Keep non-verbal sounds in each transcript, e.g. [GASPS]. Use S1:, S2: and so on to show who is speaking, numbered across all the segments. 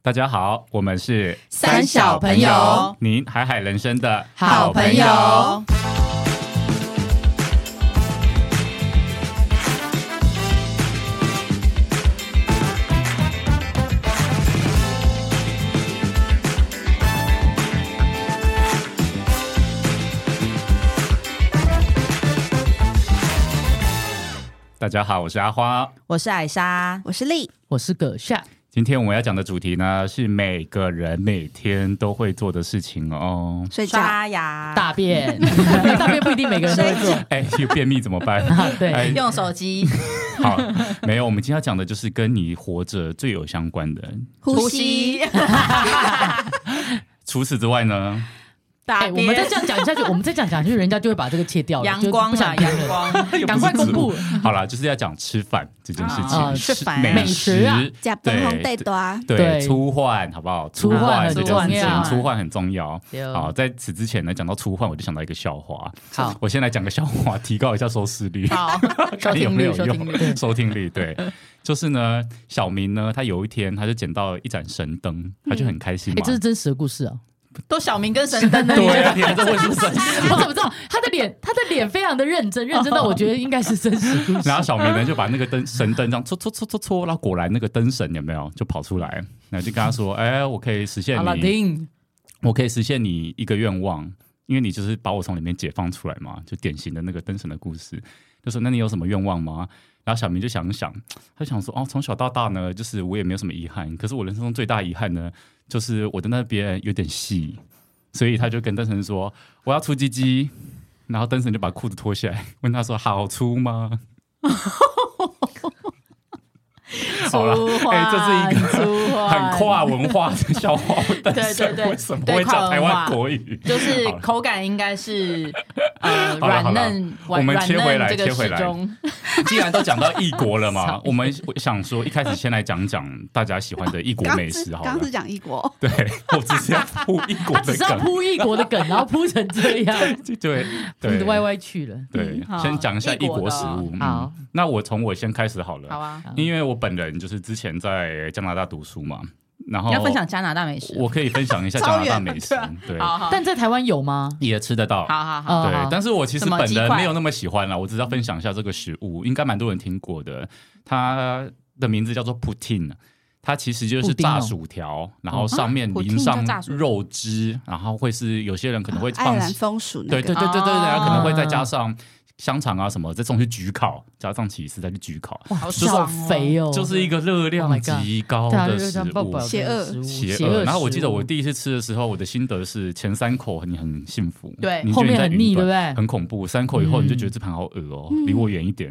S1: 大家好，我们是
S2: 三小朋友，
S1: 您海海人生的
S2: 好朋友。
S1: 大家好，我是阿花。
S3: 我是艾莎，
S2: 我是丽，
S4: 我是葛夏，
S1: 今天我们要讲的主题呢，是每个人每天都会做的事情哦。 [LAUGHS]
S2: 睡觉
S3: 刷牙、
S4: 大
S3: [LAUGHS]
S4: 便，大便不一定每个人都会做。
S1: 哎，有便秘怎么办？
S4: [LAUGHS] 啊对
S1: 哎
S3: 用手机、
S4: [LAUGHS]
S1: 好，没有，我们今天要讲的就是跟你活着最有相关的。
S3: 呼
S4: [LAUGHS]
S3: 吸、
S4: 哎
S1: 除此之外呢，
S3: 大
S4: 哎、
S3: 便。
S4: 我们再这样讲下去，我们再这样讲下去，人家就会把这个切掉了。
S3: 阳
S4: 就
S3: 光
S4: 不
S3: 啊，
S4: 想
S3: 阳光，
S4: [LAUGHS]
S1: 又不
S4: 赶
S1: 是
S4: 快公
S1: 植物
S4: 布。
S1: 好啦，就是要讲吃饭这件事情，
S4: 啊
S1: 吃
S3: 吃饭
S1: 美
S4: 美食啊
S1: 食
S2: 假
S1: 对
S2: 崩红带多啊，
S1: 对
S4: 对
S1: 粗换好不好？
S4: 粗换
S1: 换
S4: 很
S1: 这件事
S4: 重
S1: 情，
S4: 要
S1: 粗换很重要。
S4: 对
S1: 好，在此之前呢，讲到粗换，我就想到一个笑话。
S4: 好，
S1: 我先来讲个笑话，提高一下收视率，
S3: 好，
S4: 收
S1: [LAUGHS] 看有
S4: 听
S1: 没有
S4: 率，收听率
S1: 用。。收听率对，就是呢，小明呢，他有一天他就捡到一盏神灯，他就很开心
S4: 哎、
S1: 嘛
S4: 这。是真实的
S3: [LAUGHS]
S4: 故事啊！
S3: 都小明跟神
S1: [LAUGHS]
S3: 灯的，
S1: 对啊，你还在问是不是？
S4: 我怎么知道他的脸？他的脸非常的认真，认真
S3: 哦
S4: 到我觉得应该是真实
S1: [LAUGHS]
S4: 故事
S1: 然。后小明呢就把那个灯神灯这样戳戳戳戳戳，然后果然那个灯神有没有就跑出来，然后就跟他说：“哎、我可以实现
S4: 阿拉
S1: 你，
S4: 丁，
S1: 我可以实现你一个愿望，因为你就是把我从里面解放出来嘛，就典型的那个灯神的故事。”就说：“那你有什么愿望吗？”然后小明就想想，他想说：“哦，从小到大呢，就是我也没有什么遗憾，可是我人生中最大遗憾呢，就是我的那边有点细，所以他就跟灯神说：我要出鸡鸡。”然后灯神就把裤子脱下来，问他说：“好粗吗？” [LAUGHS] 好了哎这是一
S3: 个很
S1: 很，跨文化的笑话，但是
S3: 对对对
S1: 为什么
S3: 对
S1: 会
S3: 跨
S1: 讲
S3: 文
S1: 台湾
S3: 化
S1: 国语？
S3: 就是
S1: 好了
S3: 口感应该是呃
S1: 好了
S3: 软
S1: 好了
S3: 嫩，
S1: 我们
S3: 软
S1: 切回来
S3: 软嫩这
S1: 切
S3: 个
S1: 回
S3: 时
S1: 来
S3: 钟，
S1: 既然都讲到异国了
S3: [LAUGHS]
S1: 嘛，我们想说一开始先来讲讲大家喜欢的异国
S2: 刚
S1: 美
S3: [LAUGHS]
S2: 是
S1: 食好
S2: 刚
S1: 了
S2: 是。讲异国，
S1: 对，我只是要铺异国
S4: 他
S3: [LAUGHS]
S1: 的
S4: 只是要
S1: 梗，
S4: 铺异国的梗，然后铺成这样，
S1: 对
S4: 你
S1: [LAUGHS] 对
S4: 的歪歪去了。
S1: 对
S3: 嗯，好
S1: 先讲一下异
S3: 异国
S1: 国
S3: 的
S1: 食
S3: 哦
S1: 物。嗯
S4: 好，
S1: 那我从我先开始好
S3: 好
S1: 了，
S3: 啊。
S1: 因为我本人就是之前在加拿大读书嘛，然后
S3: 你要分享加拿大美食，啊
S1: 我可以分享一下加
S2: 超
S1: 拿大
S2: 远
S1: 美食，对，
S3: 好好
S4: 但在台湾有吗？
S1: 也吃得到，
S3: 好好好，
S4: 哦
S1: 对
S4: 好，
S1: 但是我其实
S3: 什么
S1: 本
S3: 鸡
S1: 人
S3: 块
S1: 没有那么喜欢啦，我只是要分享一下这个食物，应该蛮多人听过的。它的名字叫做 poutine，它其实就是
S4: 布丁哦
S1: 炸薯条，然后上面
S3: 啊
S1: 淋
S3: ，poutine
S1: 上
S3: 叫炸薯条
S1: 肉汁，然后会是有些人可能会
S4: 啊
S2: 爱
S1: 放
S2: 尔，兰风俗那
S1: 对
S2: 个
S1: 对
S2: 嗯
S1: 对对对对，
S3: 哦
S1: 然后可能会再加上香肠啊什么，再送去焗烤，加上起司再去焗烤，
S3: 好
S1: 就是
S4: 好
S3: 爽哦
S4: 肥哦，
S1: 就是一个热
S4: Oh
S1: 量
S4: my god
S1: 极高
S4: 对啊，
S1: 的
S4: 就是
S1: 食
S4: 像爆
S1: 物
S4: 表。
S2: 邪恶
S1: 邪
S4: 邪
S1: 恶，
S4: 恶。
S1: 然后我记得我第一次吃的时候，我的心得是前三口你很幸福，
S3: 对
S1: 你觉
S4: 后
S1: 得你
S4: 面
S1: 在
S4: 很
S1: 云
S4: 腻，对
S1: 端
S4: 不对？
S1: 很恐怖。三口以后
S4: 嗯
S1: 你就觉得这盘好恶哦，离我远一点，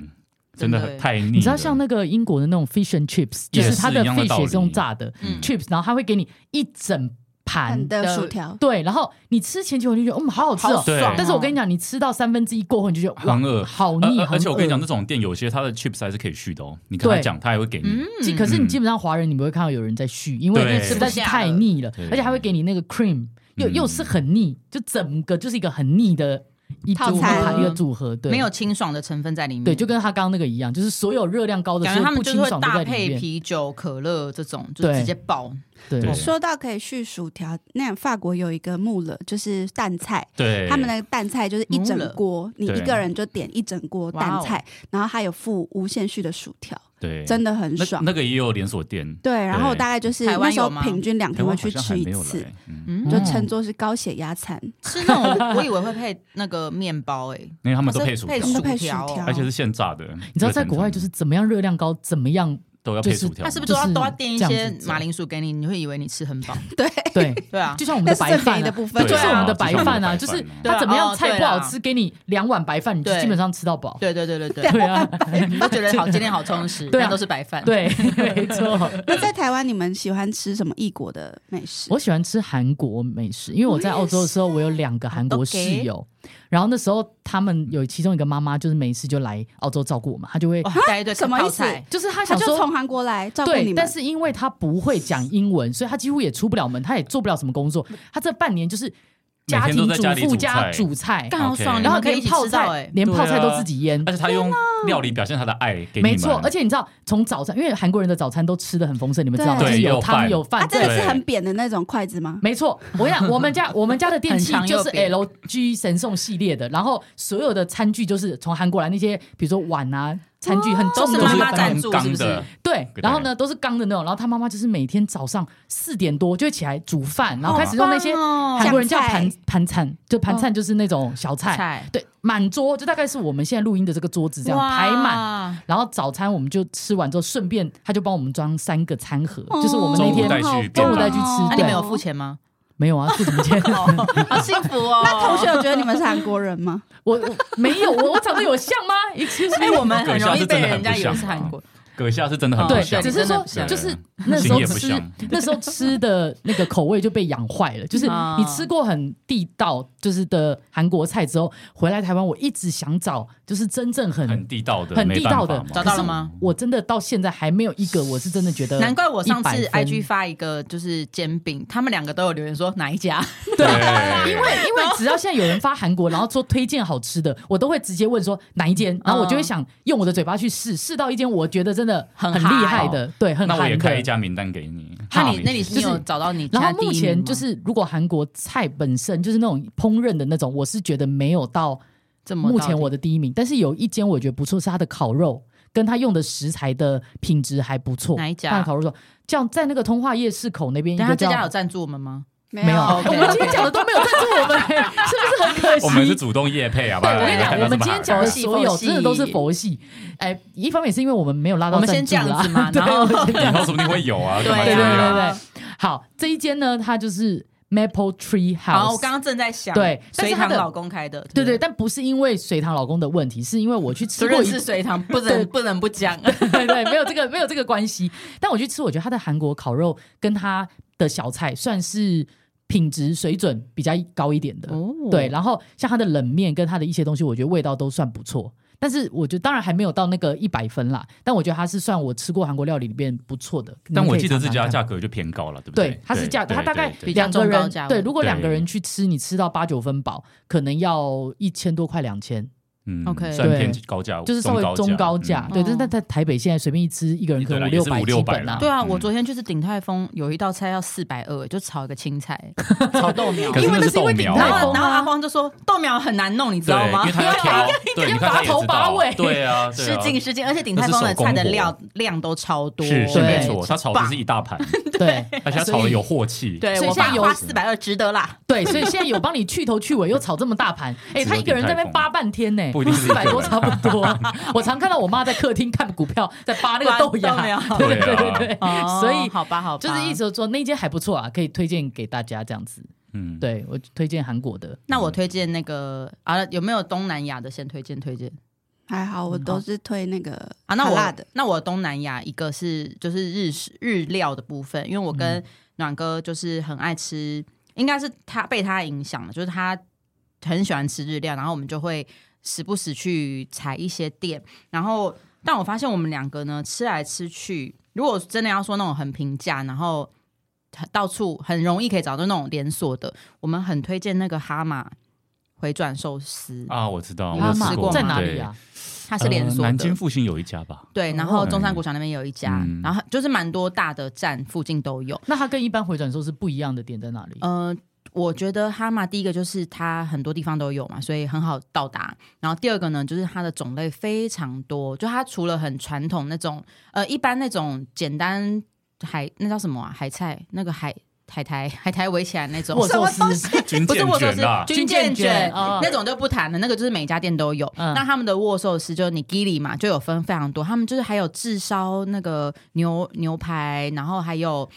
S1: 真
S3: 真
S1: 的
S3: 的
S1: 很太腻了。
S4: 你知道像那个英国的那种 fish and chips，就
S1: 也
S4: 是
S1: 是
S4: 它的
S1: 一样的道
S4: fish
S1: 理
S4: 也是用炸的
S3: 嗯
S4: chips，然后它会给你一整盘
S2: 很的薯。条，
S4: 对，然后你吃前几口你就觉得，嗯，好好吃
S3: 好
S4: 哦。
S1: 对
S3: 爽哦，
S4: 但是我跟你讲，你吃到三分之一过后，你就觉得哇
S1: 很恶
S4: 好
S1: 呃
S4: 腻。嗯
S1: 呃而且我跟你讲，
S4: 很
S1: 那种店有些它的 chips 还是可以续的哦。你跟他
S4: 对
S1: 讲，他还会给你。
S3: 嗯
S4: 恶，其可是
S1: 嗯
S4: 你基本上华人你不会看到有人在续，因为
S1: 对
S4: 那实在是太腻了
S1: 对，
S4: 而且还会给你那个 cream，又
S1: 嗯
S4: 又是很腻，就整个就是一个很腻的一
S2: 套
S4: 组
S2: 餐
S4: 一个组合，对，
S3: 没有清爽的成分在里面，
S4: 对，就跟他刚刚那个一样，就是所有热量高的，
S3: 感觉他们
S4: 不
S3: 就
S4: 清
S3: 是会
S4: 爽都
S3: 搭
S4: 在里
S3: 配
S4: 面。
S3: 啤酒、可乐这种，就
S4: 对
S3: 直接爆。
S4: 对
S1: 对
S2: 说到可以续薯条，那样法国有一个穆勒，就是蛋菜，
S1: 对，
S2: 他们那个蛋菜就是一整锅，你
S1: 对
S2: 一个人就点一整锅蛋菜，然后还有附无限续的薯条，
S1: 对
S2: 真的很
S1: 那
S2: 爽。
S1: 那个也有连锁店，
S2: 对，然后大概就是
S3: 台
S2: 那
S3: 湾
S2: 时候
S3: 有吗
S2: 平均两
S1: 台
S2: 天
S1: 湾
S2: 会
S1: 好
S2: 去
S1: 像还
S2: 吃
S1: 没
S2: 一
S1: 有
S2: 次，
S1: 来。嗯，
S3: 嗯，
S2: 就称作是高血压餐，
S3: 吃那种我以为会配那个面包诶，
S1: 因为他
S3: 他
S1: 们都配薯条
S3: 配，
S2: 他们
S3: 薯
S2: 都配
S3: 条
S2: 薯条
S3: 哦，
S1: 而且是现炸的。
S4: 你知道在国外就是怎么样热量高，怎么
S2: [LAUGHS]
S4: 样
S1: 都要配
S4: 就是
S1: 薯条吗，
S3: 他是不是都要
S4: 就是
S3: 都要垫一
S4: 这
S3: 些
S4: 样子走
S3: 马铃薯给你？你会以为你吃
S4: [LAUGHS]
S3: 很饱。
S2: 对，
S4: 对，
S3: 对啊，
S4: 就像我们
S2: 那
S4: 的
S2: 是
S4: 白
S2: 最便
S4: 饭
S2: 宜的
S4: 啊，
S2: 部分
S4: 就。是我们的
S1: 对啊
S4: 白饭啊，
S1: 就
S4: 就
S1: 我
S4: 是
S1: 们的
S4: 是
S1: 白饭啊
S4: 他怎么
S3: 对啊
S4: 样
S3: 哦
S4: 菜不好吃，
S3: 对
S4: 给你两碗白饭，你就
S3: 对
S4: 基本上吃
S2: [LAUGHS]
S4: 到饱。
S3: 对对对对对，
S4: 对啊，
S3: 都觉得好，今天好充实，
S4: 对啊
S3: 但都是白饭。，
S4: 对，没错。 [LAUGHS]
S2: 那在台湾你们喜欢吃什么异国的美食？
S4: 我喜欢吃韩国美食，因为我在澳洲的时候，我有两个韩国室友，然后那时候他们有其中一个妈妈就是没事就来澳洲照顾我们，她就会
S3: 哇，带一
S4: 啊
S3: 堆
S2: 什么
S3: 泡
S2: 意思
S3: 菜，
S4: 就是她
S2: 他
S4: 想
S2: 哦就
S4: 说
S2: 从韩国来照顾你
S4: 对，
S2: 们，
S4: 但是因为他不会讲英文，所以他几乎也出不了门，他也做不了什么工作。他这半年就是
S1: 每
S4: 家
S1: 天
S4: 庭
S1: 都在家
S4: 主
S1: 里
S4: 妇
S1: 煮
S4: 加
S1: 菜
S4: 煮菜，
S3: 干好爽，
S1: OK
S4: 然
S3: 你们
S4: 后
S3: 可
S4: 可
S3: 以一
S4: 以
S3: 起
S4: 泡
S3: 吃到
S4: 菜
S3: 哎，，
S4: 连
S1: 对
S4: 泡菜都
S1: 啊
S4: 自己腌
S1: 而。且他用料理表现他的爱给你们，
S4: 没错，而且你知道，从早餐，因为韩国人的早餐都吃的很丰盛，你们知道吗？
S1: 对
S4: 就是
S1: 也有
S4: 有
S1: 饭
S4: 汤有
S2: 啊，
S4: 饭，
S2: 真的是
S1: 对
S2: 很扁的那种筷子吗？
S4: 没错，我跟你讲，我们家我们家的电器
S3: 很常
S4: 就
S3: 有
S4: 是
S3: 别
S4: LG 神送系列的，然后所有的餐具就是从韩国来那些，比如说碗啊、餐具很重
S3: 哦都
S4: 的
S3: 是
S1: 都
S3: 妈
S1: 是
S3: 妈
S1: 在
S3: 赞助
S1: 钢
S3: 是不
S1: 的
S3: 是，
S4: 对，
S1: 对
S4: 然后呢都是钢的那种，然后他妈妈就是每天早上四点多就会起来煮饭，然后开始用那些
S3: 好棒哦
S4: 韩国人叫
S2: 酱菜哦
S4: 盘盘菜，就盘菜就是那种小菜，
S3: 菜
S4: 对，满桌就大概是我们现在录音的这个桌子这样排满。
S3: 满，
S4: 然后早餐我们就吃完之后，顺便他就帮我们装三个餐盒， [LAUGHS]
S2: 哦
S4: 就是我们
S1: 中
S4: 那
S1: 午
S4: 天
S1: 带去
S2: 好
S1: 中午
S4: 带去吃
S2: 棒哦
S3: 那啊
S4: 对
S3: 你们有付？钱吗？
S4: 没有啊，付什么钱？
S3: 好幸福
S4: [LAUGHS]
S3: 哦！
S2: 那同学有觉得你们是韩国人
S3: [LAUGHS]
S2: 吗？
S4: 我我没有，我我长得有像吗？Excuse
S2: [LAUGHS]
S3: 哎，
S4: me，
S3: 我们很容易被人家以为是韩国，
S1: 阁下是真的很
S4: 对
S1: 不哦像
S3: 对
S4: 只
S3: 真
S4: 是
S3: 的
S4: 说
S3: 不像
S4: 就是那时
S1: 型
S4: 候
S1: 也不
S4: 吃
S1: 像，
S4: 那时候吃的那个口味就被养坏了。就是
S3: 啊
S4: 你吃过很地道就是的韩国菜之后，回来台湾，我一直想找就是真正
S1: 很
S4: 很，
S1: 地道的，
S4: 很地道的
S1: 没办法嘛
S3: 找到了吗？
S4: 我真的到现在还没有一个我是真的觉得
S3: 难怪我上次
S4: 100分
S3: IG 发一个就是煎饼，他们两个都有留言说哪一家，
S1: 对，
S4: [LAUGHS] 因为因为只要现在有人发韩国，然后说推荐好吃的，我都会直接问说哪一间，然后我就会想用我的嘴巴去试，试到一间我觉得真的
S3: 很
S4: 很
S3: 嗨
S4: 厉害的，对，很
S1: 那我
S4: 韩
S1: 也
S4: 的
S1: 开一家名单给你。
S3: 那
S4: 好
S3: 你那你你
S4: 就是
S3: 有找到你家
S4: 然后
S3: 第一
S4: 目
S3: 名
S4: 前
S3: 吗
S4: 就是，如果韩国菜本身就是那种烹饪的那种，我是觉得没有到
S3: 这么
S4: 目
S3: 到
S4: 前
S3: 底
S4: 我的第一名。但是有一间我觉得不错，是它的烤肉跟它用的食材的品质还不错。
S3: 哪一家
S4: 它的烤肉说，叫在那个通化夜市口那边一
S3: 但他
S4: 个
S3: 这
S4: 叫
S3: 家有赞助我们吗？
S2: 没
S4: 没有，
S3: 哦 [LAUGHS]
S4: [LAUGHS] 我们今天讲的都没有赞助我们， [LAUGHS] 是不是很可惜？
S1: 我们是主动夜配啊，
S4: 对，
S1: 不然
S4: 我跟你
S1: 看 [LAUGHS]
S4: 讲，
S1: 到
S4: 我
S1: 这么好
S4: 们今天讲的
S1: 看
S4: 所有真的都是佛系。哎，一方面是因为我们没有拉到
S3: 我们
S4: 赞
S3: 先
S4: 助
S3: 这样
S4: 啦，
S3: 子嘛
S4: 对
S3: 然后
S1: 以后说不定会有啊，
S3: 对
S1: 干嘛
S4: [LAUGHS] 对对
S1: 这样
S4: 对
S3: 啊
S4: 对。好，这一间呢，它就是 Maple Tree
S3: 然后我
S4: House。
S3: 刚刚正在想，
S4: 对但
S3: 隋
S4: 是他
S3: 唐
S4: 的
S3: 老公开的，
S4: 对
S3: 不
S4: 对，，但不是因为隋唐老公的问题，是因为我去
S3: 就
S4: 吃过
S3: 认
S4: 一
S3: 识
S4: 次， [LAUGHS]
S3: 隋唐，不
S4: 对
S3: 能不能不讲。
S4: 对对，没有这个没有这个关系。但我去吃，我觉得它的韩国烤肉跟它的小菜算是品质水准比较高一点
S3: [LAUGHS]
S4: 的。
S3: 哦
S4: 对，，然后像它的冷面跟它的一些东西，我觉得味道都算不错。但是我觉得当然还没有到那个一百分啦，但我觉得它是算我吃过韩国料理里面不错的。
S1: 但
S4: 你
S1: 我
S4: 们可以
S1: 记得
S4: 尝
S1: 这
S4: 尝
S1: 家
S4: 看
S1: 价格就偏高了，对不
S4: 对，它是价，
S1: 对
S4: 它大概
S1: 对对
S3: 比较
S4: 两个
S3: 中高
S4: 人
S3: 价位
S4: 对，如果两个
S1: 对
S4: 人去吃，你吃到八九分饱，可能要一千多块两千，
S1: 嗯
S3: OK
S1: 算偏
S4: 对
S1: 高价，
S4: 就是稍微中
S1: 哦高
S4: 高价。
S3: 嗯
S4: 对，但是
S3: 嗯
S4: 在在台北现在随便一吃，一个人可能
S1: 对啦
S4: 五
S1: 也
S4: 六
S1: 是
S4: 百
S1: 五
S4: 基
S1: 六百
S4: 本
S1: 啦
S4: 啊。
S3: 对啊，
S1: 嗯
S3: 我昨天去吃鼎泰丰，有一道菜要四百二，就炒一个青
S1: [LAUGHS]
S3: 菜，
S4: [LAUGHS]
S3: 炒豆苗
S1: 嗯可。是
S4: 因为
S1: 那
S4: 那
S1: 是
S4: 是因为
S1: 豆苗
S4: 顶
S1: 啊
S3: 然
S4: 泰
S3: 后
S4: 丰
S3: 然后阿
S4: 啊，
S3: 荒就说豆苗很难弄，你知
S1: 对，
S3: 道吗
S1: 因为？他要挑，对，你看他也
S4: 要拔头
S1: 知
S4: 拔
S1: 道
S4: 尾
S1: 对啊，对
S3: 失
S1: 啊
S3: 敬失敬，而且鼎
S1: 那
S3: 泰
S1: 是
S3: 丰的
S1: 手工
S3: 菜的
S1: 活
S3: 料量都超多，
S1: 是是没
S4: 对
S1: 错，他炒的是一大
S4: [LAUGHS]
S1: 盘，
S4: 对，
S1: 而且他炒的有镬气，
S3: 对
S4: 所以
S3: 我
S4: 现在
S3: 爸
S4: 有
S3: 花四百二值得啦。
S4: 对，所以现在有帮你去头去尾，又炒这么大盘，哎、他一个人在那边扒半天呢、
S1: 不一定是一
S4: 四
S1: 个
S4: 百
S1: 人啊
S4: 多差不多。 [LAUGHS] 我常看到我妈在客厅看股票，在扒那个豆
S3: 豆
S4: 芽
S3: 苗，
S1: 对
S4: 对 [LAUGHS] 对
S1: 啊
S4: 对对，
S3: [LAUGHS] 哦
S4: 所以
S3: 好吧，好吧，
S4: 就是一直说那间还不错啊，可以推荐给大家这样子。
S1: 嗯，
S4: 对我推荐韩国的，
S3: 那我推荐那个啊，有没有东南亚的先推荐推荐
S2: 还好，我都是推那个
S3: 啊？那
S2: 好
S3: 我
S2: 辣的，
S3: 那我东南亚一个是就是日式日料的部分，因为我跟暖哥就是很爱吃，应该是他被他影响的，就是他很喜欢吃日料，然后我们就会时不时去踩一些店，然后但我发现我们两个呢吃来吃去，如果真的要说那种很平价，然后到处很容易可以找到那种连锁的，我们很推荐那个哈马回转寿司。
S1: 啊，我知道，
S3: 你
S1: 我有
S3: 有
S1: 吃
S3: 吃
S1: 过
S3: 过
S4: 在
S1: 嘛
S4: 哪
S1: 对
S4: 里啊？
S3: 它是连
S1: 呃
S3: 锁的。
S1: 南京复兴有一家吧，
S3: 对，然
S4: 哦
S3: 后中山国小那边有一家，
S1: 嗯
S3: 然后就是蛮多大的站附近都有。
S4: 那它跟一般回转寿司不一样的点在哪里？
S3: 呃，我觉得哈马第一个就是它很多地方都有嘛，所以很好到达。然后第二个呢，就是它的种类非常多，就它除了很传统那种，呃，一般那种简单海那叫什么啊，海菜那个海海苔海苔围起来那种
S4: 握，寿
S1: [LAUGHS]
S4: 司
S1: 军
S3: 不是
S1: 舰
S3: 握寿
S1: 卷啊
S3: 司
S1: 啦，，
S3: 军舰
S4: 军舰
S3: 卷
S4: 卷哦
S3: 那种就不谈了，那个就是每家店都有。
S4: 嗯
S3: 那他们的握寿司就是你 g i l i 嘛，就有分非常多，他们就是还有炙烧那个牛牛排，然后还有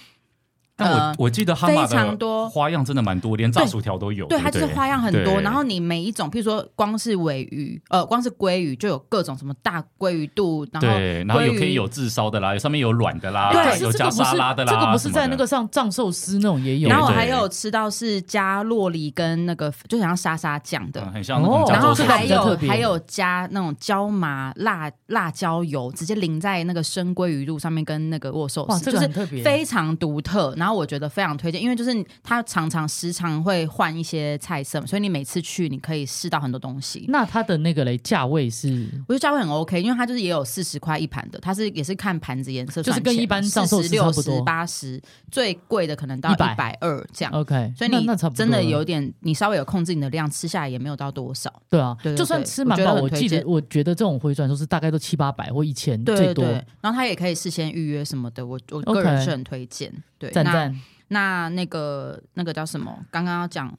S1: 但我
S3: 呃
S1: 我记得哈马
S3: 非常多
S1: 的花样真的蛮多，连炸
S3: 对
S1: 薯条都有，
S3: 对，
S1: 不
S3: 它就是花样很多。
S1: 对
S3: 然后你每一种，譬如说光是尾鱼，呃，光是鲑鱼就有各种什么大鲑鱼肚，然后
S1: 对，然后有
S3: 鲑鱼
S1: 可以有炙烧的啦，有上面有软的啦，
S3: 对
S4: 可是
S1: 啊有
S4: 这个
S1: 加
S4: 不是
S1: 沙拉的啦，嗯
S4: 这个不是在那个
S1: 什
S4: 上藏寿司那种也有，
S3: 然后我
S1: 对
S3: 还有吃到是加洛梨跟那个就想要沙沙酱
S1: 么
S3: 的
S1: 的，嗯，很像那种
S4: 哦
S1: 加
S3: 然后
S1: 州
S4: 这
S1: 烧
S4: 个
S3: 还
S4: 比较特
S3: 有
S4: 别
S3: 还有加那种椒麻辣辣椒油，直接淋在那个生鲑鱼露上面，跟那个握寿
S4: 哇，
S3: 司，
S4: 这
S3: 就
S4: 个
S3: 是
S4: 很特别，
S3: 非常独特。然后我觉得非常推荐，因为就是你它常常时常会换一些菜色嘛，所以你每次去你可以试到很多东西。
S4: 那它的那个嘞价位是，
S3: 我觉得价位很 OK，因为它就是也有四十块一盘的，它是也是看盘子颜色
S4: 就是
S3: 算钱嘛，
S4: 跟一般藏寿
S3: 四
S4: 司
S3: 十
S4: 差
S3: 六
S4: 不多
S3: 十八十，最贵的可能到一
S4: 100
S3: 百二这样。
S4: OK，
S3: 所以
S4: 那
S3: 你
S4: 那差不多
S3: 真的
S4: 了
S3: 有点，你稍微有控制你的量，吃下来也没有到多少。
S4: 对啊，
S3: 对对
S4: 就算
S3: 对
S4: 吃
S3: 我
S4: 满
S3: 觉得
S4: 饱，
S3: 很
S4: 我
S3: 推
S4: 记得
S3: 荐
S4: 我觉得这种回转寿司大概都七八百或一千
S3: 对
S4: 最
S3: 对
S4: 多，
S3: 对，然后它也可以事先预约什么的，我我个
S4: OK
S3: 人是很推荐。对，
S4: 赞
S3: 那
S4: 赞。
S3: 那那个那个叫什么？刚刚要讲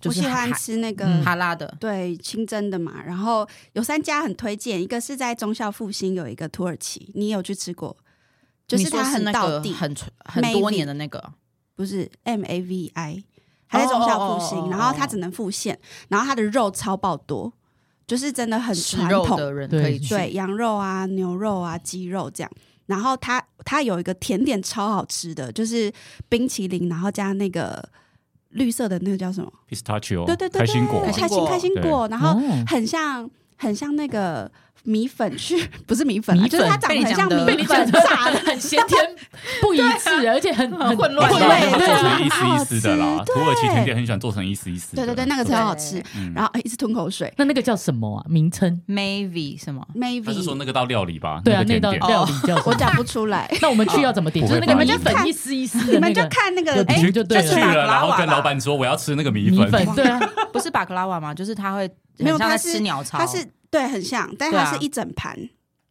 S3: 就
S2: 我
S3: 是
S2: 喜欢
S3: 哈
S2: 吃那个、
S4: 嗯
S3: 哈拉的，
S2: 对清蒸的嘛，然后有三家很推荐，一个是在中校复兴有一个土耳其，你有去吃过？就
S3: 你
S2: 是
S3: 说
S2: 它
S3: 是
S2: 很
S3: 那
S2: 到
S3: 个
S2: 地，
S3: 很纯很
S2: Mavi
S3: 多年的那个，
S2: 不是 M A V I，还在中校复兴
S3: 哦哦哦哦
S2: 然后它只能复现，然后它的肉超爆多，就是真的很
S3: 吃
S2: 传
S3: 肉
S2: 统，
S3: 的人
S4: 对
S3: 可以去。 [LAUGHS]
S2: 对，羊肉啊、牛肉啊、鸡肉这样。然后它它有一个甜点超好吃的，就是冰淇淋，然后加那个绿色的那个叫什么？
S1: pistachio，
S2: 对对对，
S1: 开心果
S2: 对
S1: 嘛，
S2: 开心开
S3: 哦开
S2: 心
S3: 心
S2: 果，然后
S4: [LAUGHS] 哦
S2: 很像很像那个米粉去，不是米粉啊，
S4: 米
S2: 就是它
S4: 粉
S2: 长得
S3: 被你
S2: 很
S3: 讲
S2: 像
S3: 的
S2: 米
S3: 被
S4: 你
S2: 粉
S4: 讲得
S2: 炸的
S4: 很先
S3: [LAUGHS]
S4: 天
S3: 啊
S4: 不一致，而且很很
S3: 混乱
S4: 混
S2: 对
S4: 乱
S1: 他们
S2: 对
S1: 做
S2: 啊
S1: 成一丝一丝的
S2: 好
S1: 啦
S2: 好。吃
S1: 土耳其甜点很喜欢做成一丝一丝的。
S2: 对对对，那个
S3: 对
S2: 超好吃。
S1: 嗯
S2: 然后哎一直吞口水
S4: 那那个叫什么啊？名称？
S3: Maybe 什么？
S1: 他是说
S2: ，maybe
S1: 那个到料理吧？
S4: 对啊，
S1: 那个
S4: 那道
S1: 甜点
S4: 料理
S3: 哦
S4: 叫 [LAUGHS] 什
S2: 我
S4: 么？
S2: 讲不出来，
S4: 那我们去要怎么点？
S1: 不
S4: 就是
S1: 会
S4: 那个
S1: 吧
S4: 米
S1: 你们就
S4: 粉
S2: 看
S4: 一丝一丝
S2: [LAUGHS] 你
S4: 的那
S2: 们就
S4: 个
S2: 看那
S4: 就
S2: 个
S4: 比
S2: 哎
S4: 就对
S1: 去
S4: 了。
S1: 了，然后跟老板说我要吃那个米
S4: 米粉对啊，
S3: [LAUGHS] 不是巴克拉瓦吗？就是他会
S2: 没有
S3: 很像
S2: 它
S3: 在
S2: 是
S3: 吃鸟巢。
S2: 它是对很像，但
S3: 对
S2: 它
S3: 啊
S2: 是一整盘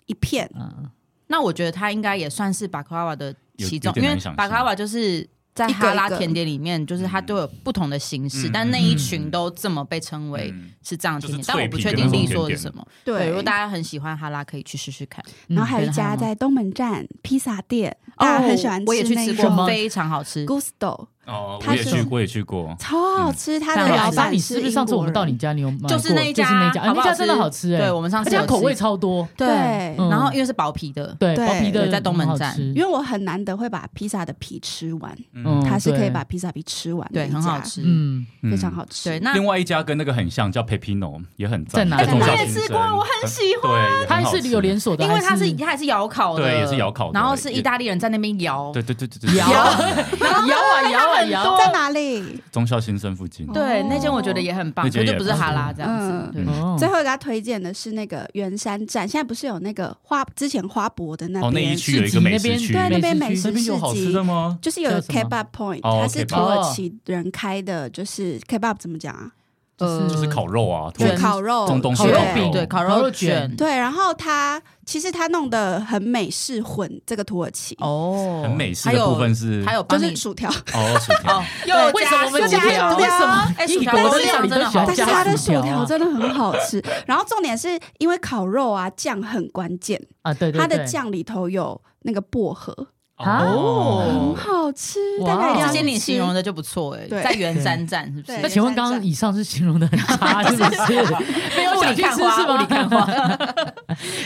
S2: 一片，
S4: 嗯
S3: 那我觉得它应该也算是巴克拉瓦的其中
S1: 有有，
S3: 因
S1: 点
S3: 为
S1: 难想象
S3: 巴克拉瓦就是在
S2: 一个
S3: 哈拉
S2: 一个
S3: 甜点里面，就是它都有不同的形式，
S1: 嗯
S3: 但那一
S4: 嗯
S3: 群都这么被称为
S1: 嗯
S3: 是这样的甜点，
S1: 就是
S3: 但我不确定
S4: 脆
S3: 力
S4: 皮的那种
S3: 说
S1: 甜
S3: 是
S1: 点
S3: 什么。对，
S2: 对
S3: 如果大家很喜欢哈拉，可以去试试看。
S4: 嗯
S2: 然后还有一家在东门站披萨店，大家很喜欢
S3: 哦我也去
S2: 那
S3: 吃
S4: 什
S3: 过，
S4: 么
S2: 种
S3: 非常好吃。
S2: Gusto，
S1: 哦，我
S2: 它
S1: 也
S2: 是
S1: 去，我也去过。
S2: 超好吃。它的
S3: 当然
S2: 老
S4: 那
S2: 板
S4: 你啊是不是
S2: 英
S4: 上次我们
S2: 国
S4: 到
S2: 人
S4: 你家，你有买过？
S3: 就
S4: 就是
S3: 那一家
S4: 那一家，啊
S3: 好不
S4: 那
S3: 好
S4: 家真的
S3: 吃
S4: 好吃哎，
S3: 对我们上
S4: 而
S3: 次
S4: 且它
S3: 有
S4: 口味
S3: 吃
S4: 超多，
S3: 对，
S2: 对
S4: 嗯
S3: 然后因为是薄皮的，
S4: 对，
S2: 对
S4: 薄皮的
S3: 对在东门
S4: 很好
S3: 站
S4: 吃
S2: 因为我很难得会把披萨的皮吃完，
S4: 嗯
S2: 它是可以
S4: 对
S2: 把披萨皮吃完的
S3: 对，
S2: 一家，
S3: 很好吃。
S4: 嗯，
S1: 嗯
S2: 非常。好吃。
S3: 对，那
S1: 另外一家跟那个很像，叫 Pepino，也很赞
S4: 在哪
S1: 在中
S2: 在
S1: 校
S2: 哪
S1: 新
S3: 我也吃
S1: 生
S3: 过我很喜欢
S1: 对，
S4: 它
S1: 也很好
S4: 是
S1: 吃
S4: 有连锁的，
S3: 因为它
S4: 还
S3: 是它也是窑烤的，
S1: 对也是窑烤的
S3: 然后是意大利人在那边窑，
S1: 对对对
S3: [LAUGHS] 啊
S1: 对对，
S4: 摇摇啊摇
S3: 嗯
S4: 啊摇，
S2: 在哪里？
S1: 中校新生附近。
S3: 对
S2: 哦
S3: 那间我觉得也很棒，
S1: 那
S3: 可
S1: 间
S3: 是
S1: 也
S3: 就不是哈拉这样子
S2: 嗯，
S3: 对，
S4: 哦
S2: 最后给他推荐的是那个圆山站，现在不是有那个花之前花博的那边，
S1: 哦那一区
S4: 市
S1: 有一
S4: 集
S1: 个美
S4: 那
S1: 食
S4: 边
S1: 区
S2: 对那边
S4: 美
S2: 美
S4: 食
S2: 食
S1: 那边
S4: 区
S1: 有好吃的吗？
S2: 就是有
S4: 叫什么
S2: kebab point，、
S1: 哦
S2: 它是
S1: kebab
S2: 土耳其人开的，就是 kebab 怎么讲啊？
S3: 呃
S1: 就是烤肉啊，
S3: 卷
S2: 就烤肉、
S1: 中东式
S4: 烤肉
S1: 烤
S4: 饼
S1: 肉
S3: 对，烤
S4: 烤
S3: 肉
S4: 肉卷
S3: 卷，
S2: 对，然后它其实它弄得很美式混这个土耳其，
S3: 哦
S1: 很美式
S3: 还
S1: 的
S3: 有
S1: 部分是
S3: 还有
S2: 就
S3: 帮你
S2: 是薯条，
S1: 哦，薯条
S3: 哦，又
S4: 为什么我们
S2: 加薯条
S4: 为什么
S3: 哎薯
S4: 异
S3: 条
S4: 国的
S3: 但是
S4: 料理都喜
S3: 好
S4: 欢
S2: 但是
S4: 加
S2: 它的薯
S4: 薯
S2: 条
S4: 啊
S2: 真的很好吃。然后重点是因为烤肉啊酱很关键，
S4: 啊？对对，
S2: 它的
S4: 对
S2: 酱里头有那个薄荷，
S4: 啊
S2: 很
S1: 哦，
S2: 好吃。
S4: 哇
S2: 大概
S3: 这
S2: 要
S3: 些你
S2: 吃
S3: 形容的就不错哎，
S2: 对
S3: 在圆山站是不
S2: 对
S4: 那
S3: 是？
S4: 请问刚刚以上是形容的很
S3: [LAUGHS]
S4: 差，是不是？没有想去吃是
S3: 雾里看花雾里
S4: 吗？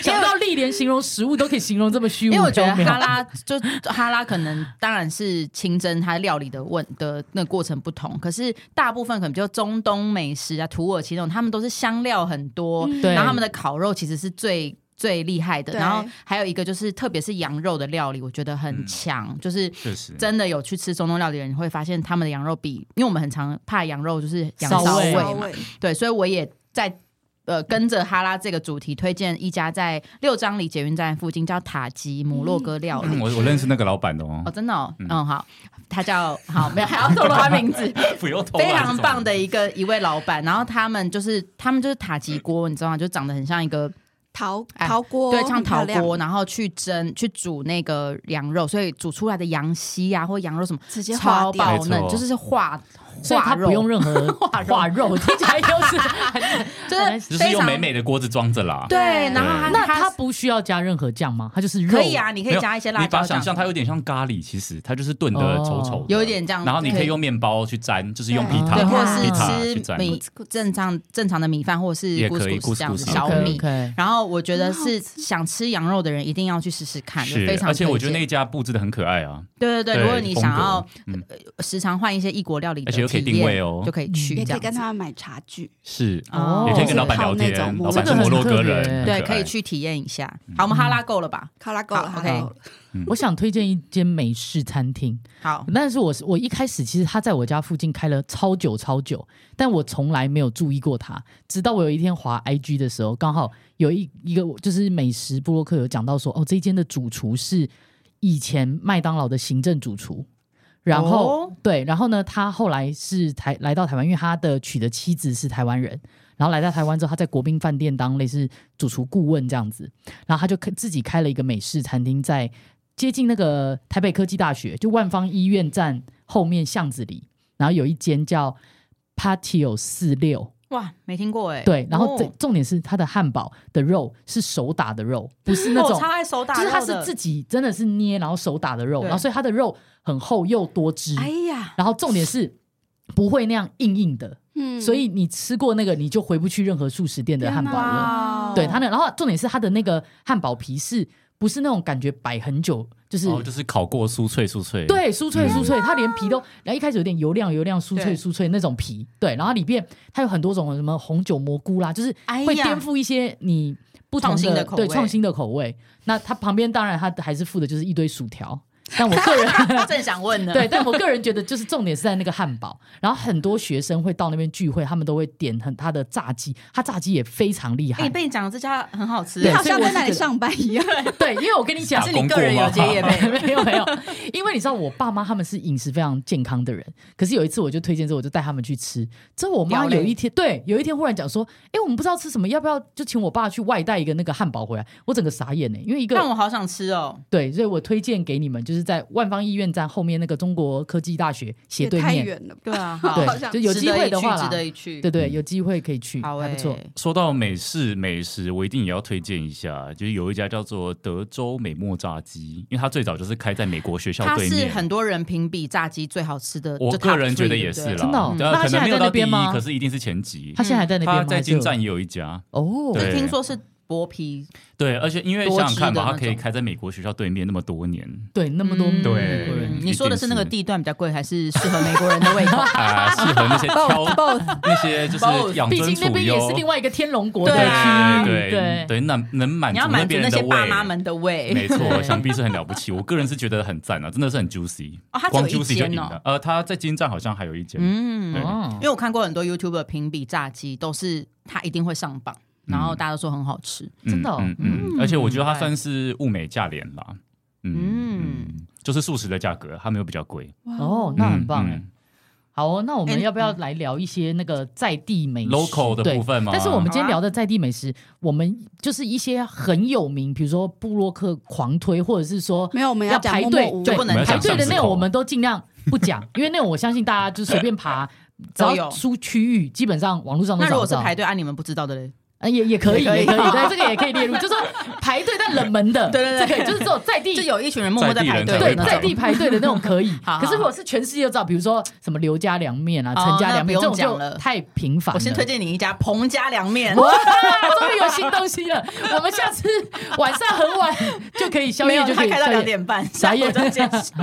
S4: 想不到历连形容食物都可以形容这么虚无
S3: 因为我觉
S4: 缥
S3: 得哈
S4: 缈。
S3: 拉就哈拉可能当然是清蒸它料理的问的那个过程不同，可是大部分可能就中东美食啊、土耳其那种，他们都是香料很多，
S2: 嗯
S4: 对
S3: 然后他们的烤肉其实是最。最厉害的，
S2: 对
S3: 然后还有一个就是，特别是羊肉的料理，我觉得很强。就是
S1: 确实，
S3: 真的有去吃中东料理的人，你会发现他们的羊肉比，因为我们很常怕羊肉就是羊
S4: 骚
S3: 骚
S4: 味
S3: 嘛
S2: 稍微
S3: 对，所以我也在呃跟着哈拉这个主题推荐一家在六张里捷运站附近叫塔吉摩洛哥料理。
S1: 嗯我我认识那个老板的哦
S3: 哦，，真的、哦，
S1: 嗯哦
S3: 嗯，好，他叫好，没有还要透露他
S1: [LAUGHS]
S3: 名字，
S1: 不用偷懒
S3: 非常棒的一个一位老板。然后他们就是他们就是塔吉锅，你知道吗？就长得很像一个
S2: 陶
S3: 哎
S2: 陶锅，
S3: 对，像
S2: 很漂
S3: 陶
S2: 亮
S3: 锅，，然后去蒸去煮那个羊肉，所以煮出来的羊膝啊或羊肉什么
S2: 直接化
S3: 超
S2: 掉。
S3: 爆
S1: 没
S3: 嫩，
S1: 错
S3: 就是是化
S4: 所以它
S3: 化肉，
S4: 不用
S3: [LAUGHS]
S4: 任何
S3: 化肉
S4: 化肉，听起
S3: [LAUGHS]
S4: 来就是很
S3: 就是
S1: 就是
S3: 非
S1: 用
S3: 常
S1: 美美的锅子装着啦。
S3: 对，然后
S1: 对
S3: 它
S4: 那
S3: 它
S4: 它不需要加任何酱吗？它就是肉
S3: 可以，啊，你可
S1: 没
S3: 以
S1: 有
S3: 加一些辣
S1: 你把
S3: 椒
S1: 它想象
S3: 酱，
S1: 它有点像咖喱，其实它就是炖的稠稠的
S4: 哦，
S3: 有一点这样，
S1: 然后你可以用面包去沾，就是用
S4: 对
S1: 皮塔，
S3: 对，
S2: 啊
S3: 或
S1: 皮
S2: 啊
S1: 塔去
S3: 者是吃
S1: 沾。
S3: 米正常正常的米饭，或者是
S1: 也可以
S3: couscous 这样子
S1: couscous，
S3: 小
S1: OK，OK
S3: 米。然后我觉得
S2: 很好
S3: 是想吃羊肉的人一定要去试试看，就是非，常
S1: 而且我觉得那
S3: 推荐
S1: 一家布置的很可爱啊，
S3: 对对对，如果你
S1: 风
S3: 想
S1: 格
S3: 要呃
S1: 嗯
S3: 时常换一些异国料理
S1: 而
S3: 的
S1: 且又就可以
S3: 体
S1: 定位
S3: 验
S1: 哦
S3: 就
S4: 嗯
S3: 可以去
S2: 也
S3: 这
S2: 可以
S3: 样
S2: 跟
S3: 子。
S2: 他们买茶具。
S1: 是，
S3: 哦
S1: 也可以跟
S2: 是
S1: 老板聊
S2: 靠那
S1: 天
S2: 种，
S1: 老板是
S4: 这个
S1: 摩
S4: 很
S1: 洛哥
S4: 特别
S1: 人，很
S3: 对，
S1: 可
S3: 可以
S1: 爱嗯
S3: 去体验一下。好，我们哈拉够了吧？
S2: 好啦，够了，
S3: 好
S2: 好啦，
S3: OK
S2: 够了
S4: 我想推荐一间美式餐厅，
S3: 好，
S4: 但是我是我一开始其实他在我家附近开了超久超久，但我从来没有注意过他，直到我有一天滑 IG 的时候，刚好有一一个就是美食布洛克有讲到说，哦，这一间的主厨是以前麦当劳的行政主厨，然后、
S3: 哦
S4: 对，然后呢，他后来是台来到台湾，因为他的娶的妻子是台湾人，然后来到台湾之后，他在国宾饭店当类似主厨顾问这样子，然后他就开自己开了一个美式餐厅，在接近那个台北科技大学，就万方医院站后面巷子里，然后有一间叫 Patio 四六，
S3: 哇，没听过哎。
S4: 对，然后
S3: 哦
S4: 这重点是它的汉堡的肉是手打的肉，不是那
S3: 哦
S4: 种
S3: 我超爱手打
S4: 就
S3: 肉
S4: 是
S3: 的，
S4: 它是自己真的是捏然后手打的肉，
S3: 对
S4: 然后所以它的肉很厚又多汁，
S3: 哎呀，
S4: 然后重点是不会那样硬硬的，
S2: 嗯
S4: 所以你吃过那个你就回不去任何素食店的汉堡
S2: 天
S4: 了。
S2: 哪
S3: 哇哦，
S4: 对它的，然后重点是它的那个汉堡皮是不是那种感觉摆很久，就是、
S1: 哦，就是烤过酥脆酥脆，，
S4: 对酥脆
S1: 嗯
S4: 酥脆，它连皮都，然后一开始有点油亮油亮酥脆
S3: 对
S4: 酥脆那种皮，对，然后里面它有很多种什么红酒蘑菇啦，就是
S3: 哎
S4: 会
S3: 呀
S4: 颠覆一些你不同
S3: 创新
S4: 的
S3: 的口
S4: 对
S3: 味
S4: 创新的口味。那它旁边当然它还是附的就是一堆薯条，但我个人
S3: 正想问呢。
S4: [LAUGHS] 对，但我个人觉得，就是重点是在那个汉堡。然后很多学生会到那边聚会，他们都会点很他的炸鸡，他炸鸡也非常厉
S3: 哎，
S4: 害。
S3: 被你讲的这家很好吃
S2: 你
S4: 对，
S2: 好
S4: 所以
S2: 像
S4: 我
S2: 在
S4: 是
S2: 那里
S4: 觉得
S2: 上班一样。
S4: [LAUGHS] 对，因为我跟你讲
S1: 打
S3: 是，
S1: 工
S3: 你
S1: 过
S3: 个人
S1: 吗
S3: 有接业
S4: [LAUGHS]
S3: 配，
S4: 没有没有，因为你知道我爸妈他们是饮食非常健康的人，可是有一次我就推荐之后，我就带他们去吃。之后我妈
S3: 掉泪
S4: 哦有一天，对，有一天忽然讲说，哎，我们不知道吃什么，要不要就请我爸去外带一个那个汉堡回来？我整个傻眼欸呢、因为一
S3: 但
S4: 个
S3: 我好想吃哦。
S4: 对，所以我推荐给你们，就是在万方医院站后面那个中国科技大学斜
S2: 也
S4: [LAUGHS] 对
S2: 太
S4: 面，
S2: 远了吧？
S3: 对 [LAUGHS] 啊，好
S2: 好
S4: 对，
S2: 像
S4: 就有
S3: 值
S4: 机
S3: 得
S4: 会
S3: 一
S4: 的
S3: 去
S4: 话
S3: 值
S4: 啦，
S3: 得一去。
S4: 对对，有机会可以去，
S3: 好
S4: 还
S3: 哎，
S4: 不错。
S1: 说到美式美食，我一定也要推荐一下，就是有一家叫做德州美墨炸鸡，因为它最早就是开在美国学校
S3: 它
S1: 对
S3: 是
S1: 面。
S3: 很多人评比炸鸡最好吃的，
S1: 我
S3: 就
S1: 个
S3: top
S1: 人觉得
S3: three，
S1: 也
S3: 对
S1: 是
S3: 不对
S1: 啦，
S4: 真的哦
S1: 对啊
S4: 那它
S1: 可能没有
S4: 现在在
S1: 到
S4: 那
S1: 第
S4: 边
S1: 一，
S4: 吗
S1: 可是一定是前几。
S4: 他现在还在那边
S1: 它
S4: 吗？
S1: 在
S4: 还是
S1: 金站也有一家，
S4: 哦，
S1: 对
S3: 就听说是薄皮，
S1: 对，而且因为
S3: 多
S1: 想想
S3: 汁
S1: 看
S3: 的
S1: 吧，它
S3: 那
S1: 可以
S3: 种
S1: 开在美国学校对面那么多年，
S4: 对，那么多
S3: 嗯
S1: 对
S4: 美国人
S1: 一
S3: 你说的
S1: 定
S3: 是那个
S1: 是
S3: 地段比较贵，还是适合美
S1: [LAUGHS]
S3: 国人的胃口？
S1: 啊，适合那些
S4: [LAUGHS]
S1: 挑那些就是
S3: Both
S1: 养
S4: 毕
S1: 尊
S4: 竟那
S1: 处
S4: 边也是另
S1: 优，
S4: 外一个天龙国的
S1: 对
S4: 区
S3: 对啊
S4: 域，
S1: 对
S4: 对，
S1: 对，能能满
S3: 你
S1: 足
S3: 要满足
S1: 边
S3: 那
S1: 人
S3: 些
S1: 的
S3: 爸
S1: 胃，
S3: 妈们
S1: [LAUGHS]
S3: 的
S1: 没
S3: 胃。
S1: 错，
S4: 对
S1: 想必是很了不起。我个人是觉得很赞啊，真的是很 juicy。
S3: 哦它只有
S1: 光
S3: 一
S1: juicy 就
S3: 间
S1: 赢
S3: 哦
S1: 了。呃，他在金站好像还有一间，
S3: 嗯，
S1: 对
S4: 哦
S3: 因为我看过很多 YouTuber 评比炸鸡，都是他一定会上榜，然后大家都说很好吃。
S1: 嗯
S4: 真的哦
S1: 嗯嗯
S3: 嗯
S1: 而且我觉得它算是物美价廉啦。嗯
S3: 嗯
S1: 嗯，就是素食的价格，它没有比较贵。
S4: 哦，那很棒
S1: 嗯
S4: 哎
S1: 嗯。
S4: 好哦，那我们要不要来聊一些那个在地美食
S1: local 的部
S4: 对
S1: 分吗？
S4: 但是我们今
S3: 好
S4: 天
S3: 啊
S4: 聊的在地美食，我们就是一些很有名，比如说布洛克狂推，或者是说
S2: 没有，我们
S4: 要
S2: 讲
S4: 排
S2: 默
S4: 队
S2: 默无
S4: 就
S2: 闻
S3: 不能
S1: 我们要
S4: 排
S1: 讲
S4: 队
S1: 巷
S4: 的
S1: 子
S4: 那种
S1: 口
S4: 我们都尽量不讲，因为那种我相信大家就随便爬，
S3: [LAUGHS]
S4: 只
S3: 都有
S4: 要出区域，基本上网络上都
S3: 那如
S4: 找
S3: 果
S4: 得
S3: 是
S4: 到
S3: 排。队啊，你们不知道的嘞，
S4: 呃，也也可以，也
S3: 也
S4: 可
S3: 可
S4: 以，
S3: 以
S4: 对，这个也可以列入，就是说排队但冷门的，
S3: 对对对
S4: 这个就是这种在地
S3: 就有一群人默默在排队，
S1: 在
S4: 对
S1: 地人才会
S4: 在
S1: 排
S4: 地排队的那种可以
S3: 好好。好
S4: 可是如果是全世界都知道，比如说什么刘家凉面啊、
S3: 哦
S4: 陈家凉面
S3: 那不用
S4: 这种
S3: 讲
S4: 就
S3: 了
S4: 太频繁了。
S3: 我先推荐你一家彭家凉面，
S4: 哇，终于有新东西了！我们下次晚上很晚就可以宵
S3: 没
S4: 夜，
S3: 有，
S4: 就可
S3: 他
S4: 以
S3: 开到
S4: 宵夜
S3: 两。点半，
S4: 傻眼
S3: 下午就结
S4: [LAUGHS]
S3: 束。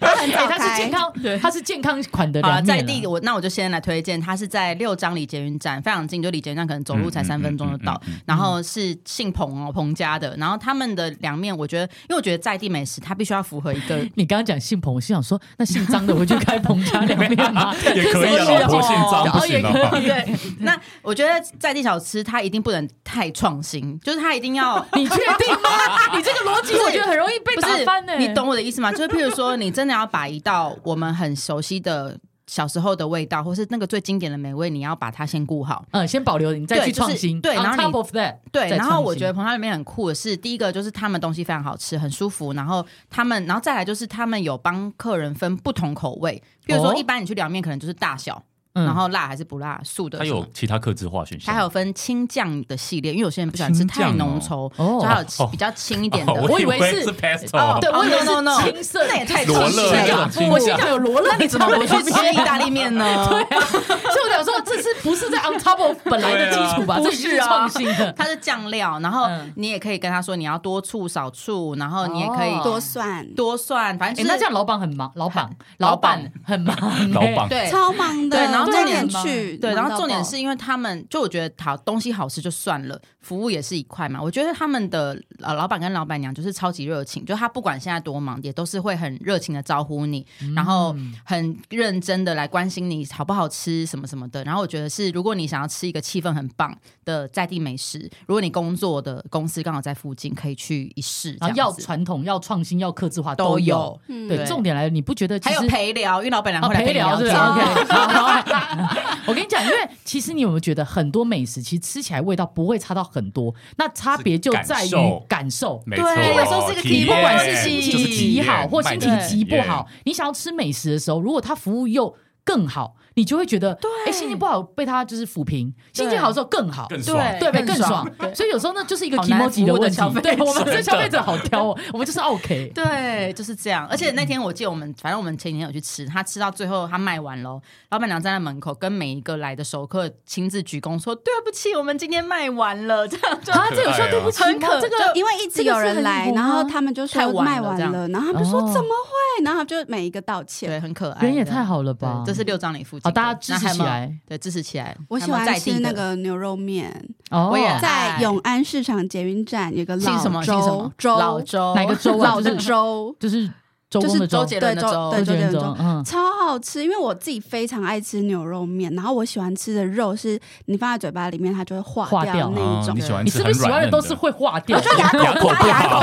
S2: 他很
S4: 哎
S2: 早
S4: 它是
S2: 开，
S4: 健康，它是健康款的
S3: 好了，
S4: 凉面
S3: 在
S4: 啊。
S3: 地我那我就先来推荐，它是在六张里捷运站，非常近，就离捷运站可能走路才三分钟就到。
S1: 嗯嗯嗯嗯
S3: 然后是姓彭哦，彭家的。然后他们的凉面，我觉得，因为我觉得在地美食，它必须要符合一
S4: [LAUGHS]
S3: 个
S4: 你刚刚讲姓彭，我心想说，那姓张的回去开彭家凉面吗？
S1: [LAUGHS] [LAUGHS] 也可
S4: [LAUGHS]
S1: 以啊，老婆姓张不
S4: 哦也
S1: 行
S4: 可
S1: 啊。
S4: 以。
S3: 对，那我觉得在地小吃它一定不能太创新，就是它一定要。
S4: [LAUGHS] 你确定
S3: [LAUGHS]
S4: 吗？你这个逻辑，我觉得很容易被
S3: 不
S4: 打
S3: 是
S4: 翻欸呢。
S3: 你懂我的意思吗？ [LAUGHS] 就是譬如说，你真的要把一道我们很熟悉的小时候的味道，或是那个最经典的美味，你要把它先顾好。
S4: 嗯，先保留，你再
S3: 对
S4: 去
S3: 就是
S4: 创新。
S3: 对
S4: On
S3: 然后你
S4: top of that，
S3: 对，
S4: 再
S3: 然后
S4: 创
S3: 我
S4: 新
S3: 觉得彭家里面很酷的是，第一个就是他们东西非常好吃，很舒服。然后他们，然后再来就是他们有帮客人分不同口味，譬如
S4: 哦
S3: 说一般你去凉面可能就是大小，
S4: 嗯
S3: 然后辣还是不辣，素的
S1: 它
S3: 什么
S1: 有其他克制化选项，
S3: 它还有分清酱的系列，因为有些人不喜欢吃太浓稠，
S4: 清酱
S3: 所
S4: 哦
S3: 以它有比较轻一
S1: [LAUGHS]
S3: 点的。
S1: 哦
S4: 我以
S1: 以
S4: 为
S1: 为
S4: 是
S1: 是 pesto，、
S3: 哦
S4: 对，我以为
S3: no, no, no
S4: 是青色，
S3: 那也太
S4: 就是
S1: 罗勒
S4: 青酱
S1: 那种青
S4: 我心想
S1: 酱
S4: 有罗勒，
S3: 那你怎么不去吃意大利面呢？
S4: 对啊， [LAUGHS] 所以我想说，这是不是在 on top of 本来的基础吧？
S3: 对啊
S4: 这
S3: 不
S4: 已
S3: 是
S4: 经是创新的。
S3: 它是啊酱料，然后
S4: 嗯
S3: 你也可以跟他说你要多醋少醋，然后你也可以
S4: 哦
S2: 多蒜，
S3: 多蒜，反
S4: 哎
S3: 正，就
S4: 那
S3: 是
S4: 这样老板很忙，老板
S3: [LAUGHS] 老
S4: 老
S3: 板
S4: 板很忙欸，
S1: 老板
S3: 对
S2: 超忙的。
S3: 对然后
S2: 重
S3: 重点
S2: 点去，
S3: 对，然
S2: 忙
S3: 后
S2: 到
S3: 重点
S2: 爆
S3: 是因为他们就我觉得好东西好吃就算了，服务也是一块嘛。我觉得他们的呃老板跟老板娘就是超级热情，就他不管现在多忙，也都是会很热情的招呼你，然后很认真的来关心你好不好吃什么什么的。然后我觉得是，如果你想要吃一个气氛很棒的在地美食，如果你工作的公司刚好在附近，可以去一试。
S4: 然
S3: 这
S4: 后哦要
S3: 样子
S4: 传统，要创新，要客制化
S3: 都
S4: 有
S3: 有。，
S2: 嗯
S4: 对，
S3: 对
S4: 重点来了，你不觉得其
S3: 还
S4: 实
S3: 有陪聊，因为老板娘
S4: 啊
S3: 会来
S4: 陪聊是
S3: 天
S4: 吧？OK，好
S3: [LAUGHS]
S4: 好。我跟你讲，因为其实你有没有觉得很多美食其实吃起来味道不会差到很多，那差别就在
S1: 是感受
S4: 于感受。
S1: 没错，
S3: 对有时候是个
S1: 体
S3: 体
S1: 验
S3: 验
S4: 不管是
S1: 就
S4: 心
S1: 是
S4: 情
S1: 体
S4: 极
S1: 验
S4: 好或
S1: 卖
S4: 心
S1: 的
S4: 情
S1: 体
S4: 极不
S1: 验
S4: 好，你想要吃美食的时候，如果他服务又更好，你就会觉得，哎，心情不好被他就是抚平，心情好的时候更好，
S1: 更爽。
S3: 对
S4: 对呗，更
S3: 更
S4: 爽。所以有时候呢，就是一个 emoji 问题
S3: 好难服务的消费。
S4: 对
S3: 者
S4: 我们这消费者好挑哦，我们就是 OK。
S3: [LAUGHS] 对，就是这样。而且那天我记得我们，反正我们前几天有去吃，他吃到最后他卖完喽，老板娘站在门口跟每一个来的熟客亲自鞠躬说：“对不起，我们今天卖完了。” [LAUGHS] 这样就
S4: 啊，这有需要对不起
S3: 很
S4: 吗
S3: 可
S4: 这个
S2: 因为一直有人来，
S4: 这个是很火吗
S2: 然后他们就说
S3: 太晚了
S2: 卖完
S3: 这样
S2: 了，然后他们就说
S4: 哦
S2: 怎么会，然后他们就每一个道歉。
S3: 对，很可爱。
S4: 人也太好了吧
S3: 对！这是六张里附近的，
S4: 好，大家支持起
S3: 那还有没有，
S4: 来
S3: 对，支持起来。
S2: 我喜
S3: 还有没
S2: 欢
S3: 有在
S2: 吃
S3: 地
S2: 那
S3: 的
S2: 个牛肉面，
S4: 哦。
S3: 我也
S2: 在
S3: 哎
S2: 永安市场捷运站有个
S3: 姓什
S2: 老
S3: 么姓什么
S2: 周，周
S3: 老周
S4: 哪个周啊
S2: 老的周，
S4: 就是周公的
S3: 就是周
S4: 周
S3: 杰
S2: 对
S3: 伦的
S2: 周
S3: 周
S2: 对周杰伦
S4: 周
S2: 周，，
S4: 嗯，
S2: 超好吃。因为我自己非常爱吃牛肉面，然后我喜欢吃的肉是你放在嘴巴里面它就会
S4: 化
S2: 化
S4: 掉嗯
S2: 掉那
S1: 哦
S2: 一种
S1: 你。喜欢
S4: 你
S1: 吃
S4: 是不
S1: 很
S4: 是喜欢
S1: 软
S4: 的
S1: 嫩
S4: 都是会啊化掉的？
S1: [LAUGHS] 牙口不好，牙口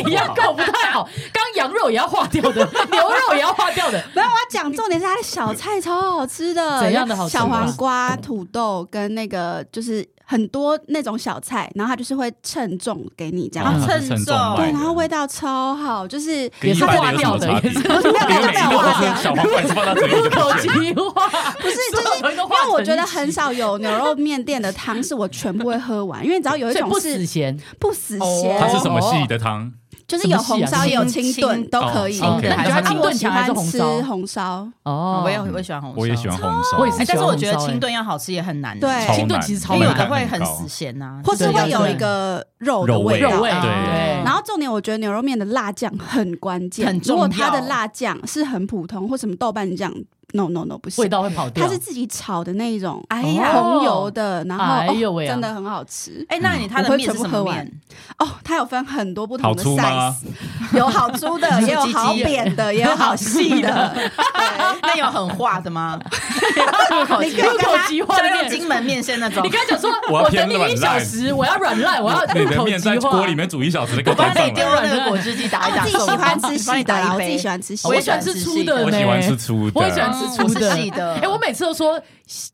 S1: 不
S4: 牙
S1: 好，
S4: 口不太好，刚羊肉也要化掉的，牛肉也要化
S1: [LAUGHS]
S4: 掉的，
S2: 没有，我要讲重点是它的小菜超好吃的，
S4: [LAUGHS] 怎样的好吃啊
S2: 小黄瓜、土豆跟那个就是很多那种小菜，然后它就是会称重给你这样
S4: 啊
S2: 子。
S3: 称
S1: 称重
S3: 重
S1: 卖
S2: 对，
S1: 的
S2: 然后味道超好，就是
S1: 跟
S4: 也是
S1: 一般
S4: 化
S1: 有什
S4: [LAUGHS] 掉
S1: 么
S4: 的
S1: 差别
S4: 也是
S1: 因为每一个都是小黄瓜，你放到嘴里
S4: 入 [LAUGHS]
S1: 就不
S4: 口
S1: 见了
S4: 即化，
S2: 不是，就
S4: [LAUGHS] 所
S2: 是
S4: 有人都
S2: 因
S4: 化
S2: 为我觉得
S4: 成一
S2: 很
S4: [LAUGHS]
S2: 少有牛肉面店的汤是我全部会喝完，因为你知道有一
S4: 所以
S2: 种
S4: 不
S2: 是
S4: 死咸，
S2: 不死
S1: 它是
S2: 咸，
S1: 什么系的汤？
S2: 就是有红烧也有清
S3: 什么
S2: 炖
S3: 系啊
S2: 都可
S1: 哦
S2: 以。
S1: 清
S2: 对
S1: 炖
S2: 然
S1: 还是
S2: 后我
S4: 清
S2: 喜
S4: 炖还是
S2: 欢
S4: 红
S2: 吃
S4: 烧
S2: 红烧，
S4: 哦，
S3: 我也我也喜欢红烧，
S1: 我也喜欢红烧，
S4: 我也是
S3: 哎。但是我觉得
S4: 喜欢红烧欸
S3: 清炖要好吃也很难，啊
S2: 对
S1: 超
S4: 清
S1: 难
S4: 炖其实超
S3: 因为有
S4: 难
S3: 的
S1: 门槛
S3: 会
S1: 很
S3: 很
S1: 高
S3: 死咸啊呐，
S2: 或是
S4: 对
S2: 会有
S4: 对
S2: 一个肉的
S1: 肉味
S2: 味道。
S4: 肉味嗯
S1: 对
S4: 对
S2: 然后重点，我觉得牛肉面的辣酱很关键。
S3: 很重
S2: 如
S3: 要
S2: 果它的辣酱是很普通或什么豆瓣酱，no no no 不
S4: 味
S2: 行。
S4: 道会跑掉。
S2: 它是自己炒的那一种，哎
S4: 呀
S2: 红油的，然后、
S4: 哎呦
S2: 哦
S4: 喂啊
S2: 真的很好吃
S3: 哎，
S4: 嗯
S3: 那你它
S2: 我
S3: 的
S2: 会
S3: 面是
S2: 全部
S3: 什
S2: 喝
S3: 么
S2: 完
S3: 面？
S2: 哦。它有分很多不同的
S1: 好粗吗
S2: size，有好粗的，也有
S3: 鸡鸡
S2: 好扁的，也有好细的。
S3: 那有很化
S2: [LAUGHS]
S3: 的吗？
S2: 你可以跟
S4: 入口
S2: 它
S4: 即化
S3: 就
S4: 的
S3: 用
S4: 面，
S3: 金门面线那种
S4: 你。刚才讲说，
S1: [LAUGHS] 我要
S4: 我
S1: 偏
S4: 等你一
S1: 软
S4: 小
S1: 烂
S4: 时，我要软烂，我要
S1: 你
S4: 入
S1: 的
S4: 口
S1: 啊面
S4: 即
S1: 在锅
S4: 化
S1: 里。面煮一小时，给我
S3: 帮
S1: 端上
S3: 你丢
S1: 来。
S3: 那个果汁机打一
S2: 我
S3: 打，
S2: 自己喜欢吃
S3: 帮
S2: 细的
S3: 你打一
S2: 啦，我自
S3: 杯
S2: 己喜欢吃细
S4: 我
S2: 的。
S4: 也喜欢吃粗的，
S1: 我喜欢吃粗的，
S4: 欸我也喜欢吃粗
S3: 嗯
S4: 的，
S3: 我是细的
S4: 哎、我每次都说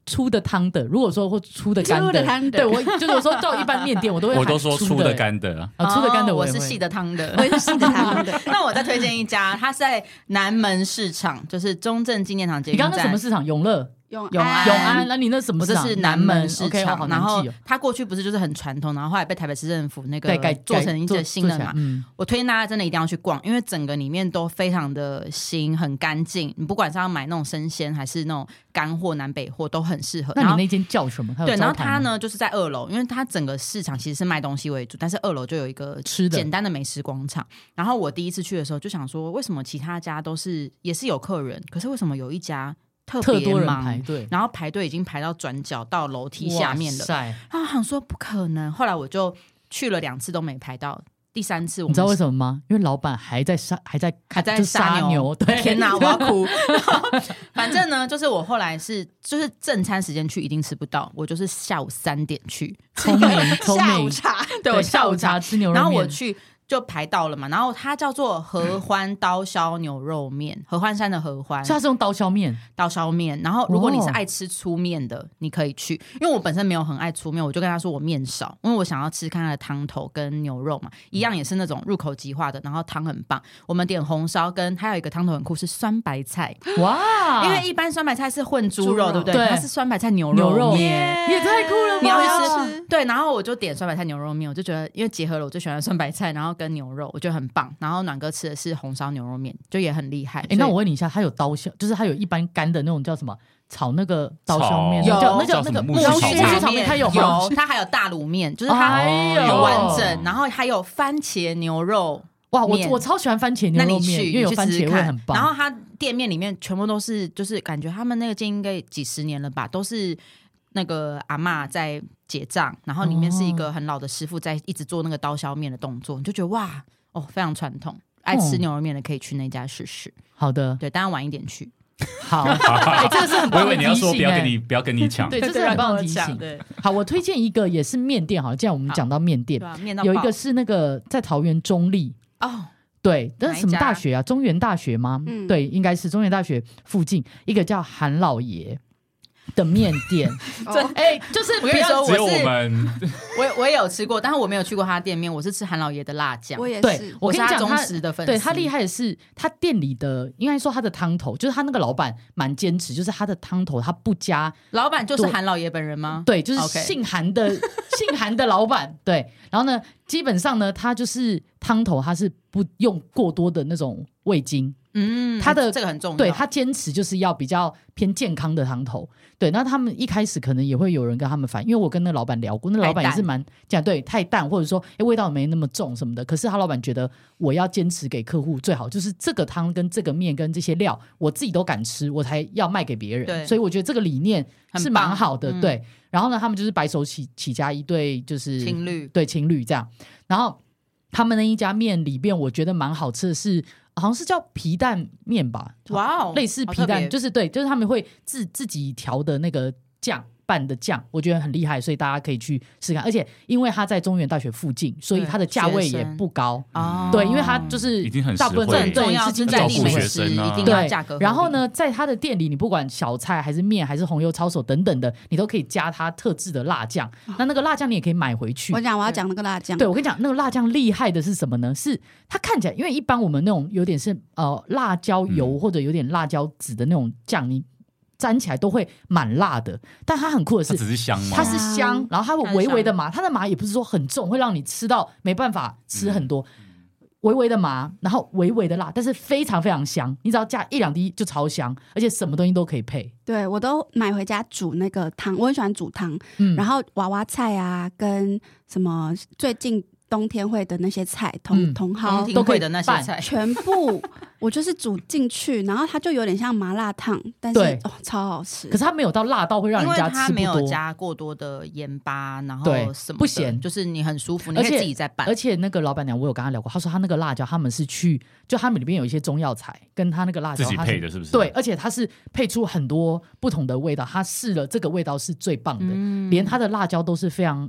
S4: 粗的汤的，如果说或粗的干
S2: 粗的汤的
S4: 对我就是我说到一般面店我都会
S1: 我
S4: 喊
S1: 都说
S4: 粗
S1: 粗的干的，
S4: 啊，粗的干的
S3: 哦我
S4: 也
S3: 是
S4: 会
S3: 细的汤的。
S2: 我。也是 [LAUGHS] 细的他的
S3: [LAUGHS] 那我再推荐一家，它是在南门市场，就是中正纪念堂捷
S4: 你
S3: 运
S4: 刚刚那什
S3: 站
S4: 么。市场？永乐、
S2: 永
S3: 永安
S4: 永安，那你那什么
S3: 不
S4: 市
S3: 是
S4: 场？
S3: 是
S4: 南
S3: 南门市
S4: OK，
S3: 场，
S4: 好
S3: 然
S4: 难
S3: 后
S4: 记哦。
S3: 它过去不是就是很传统，然后后来被台北市政府那个
S4: 对，改
S3: 做成一
S4: 个
S3: 些新的嘛。
S4: 嗯，
S3: 我推荐大家真的一定要去逛，因为整个里面都非常的新，很干净。你不管是要买那种生鲜还是那种干货、南北货，都很适合。
S4: 那
S3: 然
S4: 你
S3: 后
S4: 那间叫什么？它有
S3: 对，然后
S4: 招牌
S3: 它
S4: 吗？
S3: 呢就是在二楼，因为它整个市场其实是卖东西为主，但是二楼就有一个
S4: 吃的
S3: 简单的美食广场。然后我第一次去的时候就想说，为什么其他家都是也是有客人，可是为什么有一家特
S4: 特
S3: 别
S4: 多人
S3: 忙？
S4: 排队，
S3: 然后排队已经排到转角到楼梯下面了
S4: 哇，塞
S3: 然后我想说不可能，后来我就去了两次都没排到，第三次我
S4: 你
S3: 们
S4: 知道为什么吗？因为老板还在杀，还在
S3: 还在
S4: 就
S3: 杀
S4: 杀
S3: 牛
S4: 对，
S3: 天哪，我要 [LAUGHS] 哭！反正呢，就是我后来是就是正餐时间去一定吃不到，我就是 [LAUGHS] 下午三点去，
S4: [LAUGHS] 聪明聪
S2: 下午
S4: 明，
S2: 茶，
S3: 对我下午茶，
S4: 吃牛肉面，
S3: 然后我去就排到了嘛。然后它叫做合欢刀削牛肉面，合欢山的合欢
S4: 所以它是用刀
S3: [GASPS]
S4: 削面，
S3: 刀削面。然后如果你是
S4: 哦
S3: 爱吃粗面的，你可以去，因为我本身没有很爱粗面，我就跟他说我面少，因为我想要吃看它的汤头跟牛肉嘛，一样也是那种入口即化的，然后汤很棒。我们点红烧跟还有一个汤头很酷是酸白菜，
S4: 哇！
S3: 因为一般酸白菜是混猪
S2: 猪
S3: 肉，
S2: 肉
S3: 对不对？
S4: 啊对
S3: 它是酸白菜牛
S4: 牛肉
S3: 面。
S4: 也太酷了吧！
S3: 你要去
S2: 吃
S3: 对，然后我就点酸白菜牛肉面，我就觉得因为结合了我最喜欢的酸白菜，然后跟牛肉，我觉得很棒。然后暖哥吃的是红烧牛肉面，就也很厉害。
S4: 哎、那
S3: 所以
S4: 我问你一下，它有刀削，就是它有一般干的那种叫什么炒那个刀削面，
S1: 炒
S4: 那叫那叫
S1: 叫
S4: 那
S1: 什
S4: 个
S1: 么木
S4: 木
S1: 须
S4: 须
S1: 炒
S4: 木须
S1: 面
S4: 炒面，它有吗
S3: 有，它还有大卤面，就是它
S4: 哎
S1: 有
S4: 呦，
S3: 很完整，
S1: 哦
S3: 然后还有番茄牛肉，
S4: 哇！我
S3: 面
S4: 我超喜欢番茄牛
S3: 那你
S4: 肉
S3: 去
S4: 面，因为
S3: 你
S4: 有
S3: 去
S4: 番
S3: 试试
S4: 茄味
S3: 看
S4: 很棒。
S3: 然后它店面里面全部都是，就是感觉他们那个店应该几十年了吧，都是那个阿嬷在结账，然后里面是一个很老的师傅在一直做那个刀削面的动作，你就觉得哇哦，非常传统。爱吃
S4: 嗯
S3: 牛肉面的可以去那家试试，
S4: 好的，
S3: 对，当然晚一点去。 [LAUGHS]
S4: 好，哎这个是很
S1: 我以
S4: 棒的
S1: 为你要
S4: 提
S1: 说
S4: 醒
S1: 不要
S4: 哎
S1: 跟你不要跟你抢，
S4: 对，这是很棒的提醒。
S3: 对
S4: 好，我推荐一个也是面店，好，既然我们
S3: 好
S4: 讲到面店
S3: 对，啊吧？面到
S4: 有一
S3: 爆
S4: 个是那个在桃园中立，
S3: 哦，
S4: 对，那
S3: 哪一
S4: 是什么大
S3: 家
S4: 学啊？中原大学吗？
S2: 嗯
S4: 对，应该是中原大学附近一个叫韩老爷的面
S3: [LAUGHS]
S4: 店。
S2: 哦
S4: 哎、就是
S3: 我跟你说，
S1: 只有
S3: 呃我
S1: 我
S3: [LAUGHS] 是
S1: 们
S3: 我我也有吃过，但是我没有去过他店面，我是吃韩老爷的辣酱
S2: 我。也
S4: 对
S2: 是，，
S4: 我
S3: 是
S4: 跟你
S3: 他
S4: 讲，
S3: 忠
S4: 他
S3: 实的粉丝，
S4: 对他厉害的是，他店里的应该说他的汤头，就是他那个老板蛮坚持，就是他的汤头他不加，
S3: 老板就是
S4: 对
S3: 韩老爷本人吗？
S4: 对，就是
S3: OK
S4: 姓韩
S3: [LAUGHS]
S4: 的姓韩的老板，对。然后呢，基本上呢，他就是汤头他是不用过多的那种味精，
S3: 嗯，
S4: 他的
S3: 这个很重要。
S4: 对他坚持就是要比较偏健康的汤头。对，那他们一开始可能也会有人跟他们反映，因为我跟那老板聊过，那老板也是蛮讲对太淡，或者说哎味道没那么重什么的。可是他老板觉得我要坚持给客户最好，就是这个汤跟这个面跟这些料我自己都敢吃，我才要卖给别
S3: 对
S4: 人。所以我觉得这个理念
S3: 很
S4: 是
S3: 棒
S4: 蛮好的。
S3: 嗯
S4: 对，然后呢，他们就是白手起起家一对就是
S3: 情侣，
S4: 对情侣这样。然后他们那一家面里边，我觉得蛮好吃的是，好像是叫皮蛋面吧，
S3: 哇哦，
S4: 类似
S3: 好
S4: 皮
S3: 特
S4: 蛋，
S3: 别
S4: 就是对，就是他们会自自己调的那个酱拌的酱，我觉得很厉害，所以大家可以去试看。而且因为它在中原大学附近，所以
S3: 对
S4: 它的价位
S3: 学
S4: 也
S3: 生
S4: 不高。
S3: 哦
S4: 对，因为它就是
S1: 已经很实
S4: 大部分
S1: 惠
S3: 这
S1: 了
S3: 很重要，
S4: 对
S3: 是
S4: 是
S3: 在地
S1: 照顾
S3: 美
S1: 学
S3: 食
S1: 生啊
S3: 一定要
S4: 对
S3: 价格。，
S4: 然后？呢，在它的店里，你不管小菜还是面还是红油抄手等等的，你都可以加它特制的辣酱。
S3: 啊
S4: 那那个辣酱你也可以买回去
S2: 我。讲我要讲那个辣酱，
S4: 对，我跟你讲，那个辣酱厉害的是什么呢？是它看起来，因为一般我们那种有点是呃辣椒油
S3: 嗯
S4: 或者有点辣椒籽的那种酱，你沾起来都会蛮辣的。但它很酷的
S1: 它只
S4: 是，
S1: 是香吗
S4: 它？是香
S2: 香，
S4: 然后它会微微的麻，嗯它的麻也不是说很重，会让你吃到没办法吃很多。
S3: 嗯
S4: 微微的麻，然后微微的辣，但是非常非常香。你只要加一两滴就超香，而且什么东西都可以配。
S2: 对我都买回家煮那个汤，我很喜欢煮汤，
S4: 嗯，
S2: 然后娃娃菜啊，跟什么最近冬天会的那些菜，茼
S4: 嗯
S2: 茼蒿
S3: 同
S4: 都
S3: 庭
S4: 可以
S3: 会的那些
S4: 拌
S3: 菜，
S2: 全
S4: [LAUGHS]
S2: 部我就是煮进去，然后它就有点像麻辣烫，但是
S4: 对
S2: 哦超好吃。
S4: 可是它没有到辣到会让
S3: 因
S4: 人
S3: 为
S4: 家
S3: 它
S4: 吃不
S3: 没有
S4: 多。
S3: 加过多的盐巴，然后
S4: 对
S3: 什么的
S4: 不咸
S3: 就是你很舒服，你
S4: 而
S3: 可以
S4: 且
S3: 自己再拌
S4: 而。且那个老板娘，我有跟她聊过，她说她那个辣椒，他们是去就他们里面有一些中药材，跟她那个辣椒
S1: 自己
S4: 她是
S1: 配的，是不是？
S4: 对，，而且她是配出很多不同的味道，她试了这个味道是最棒的，
S3: 嗯
S4: 连她的辣椒都是非常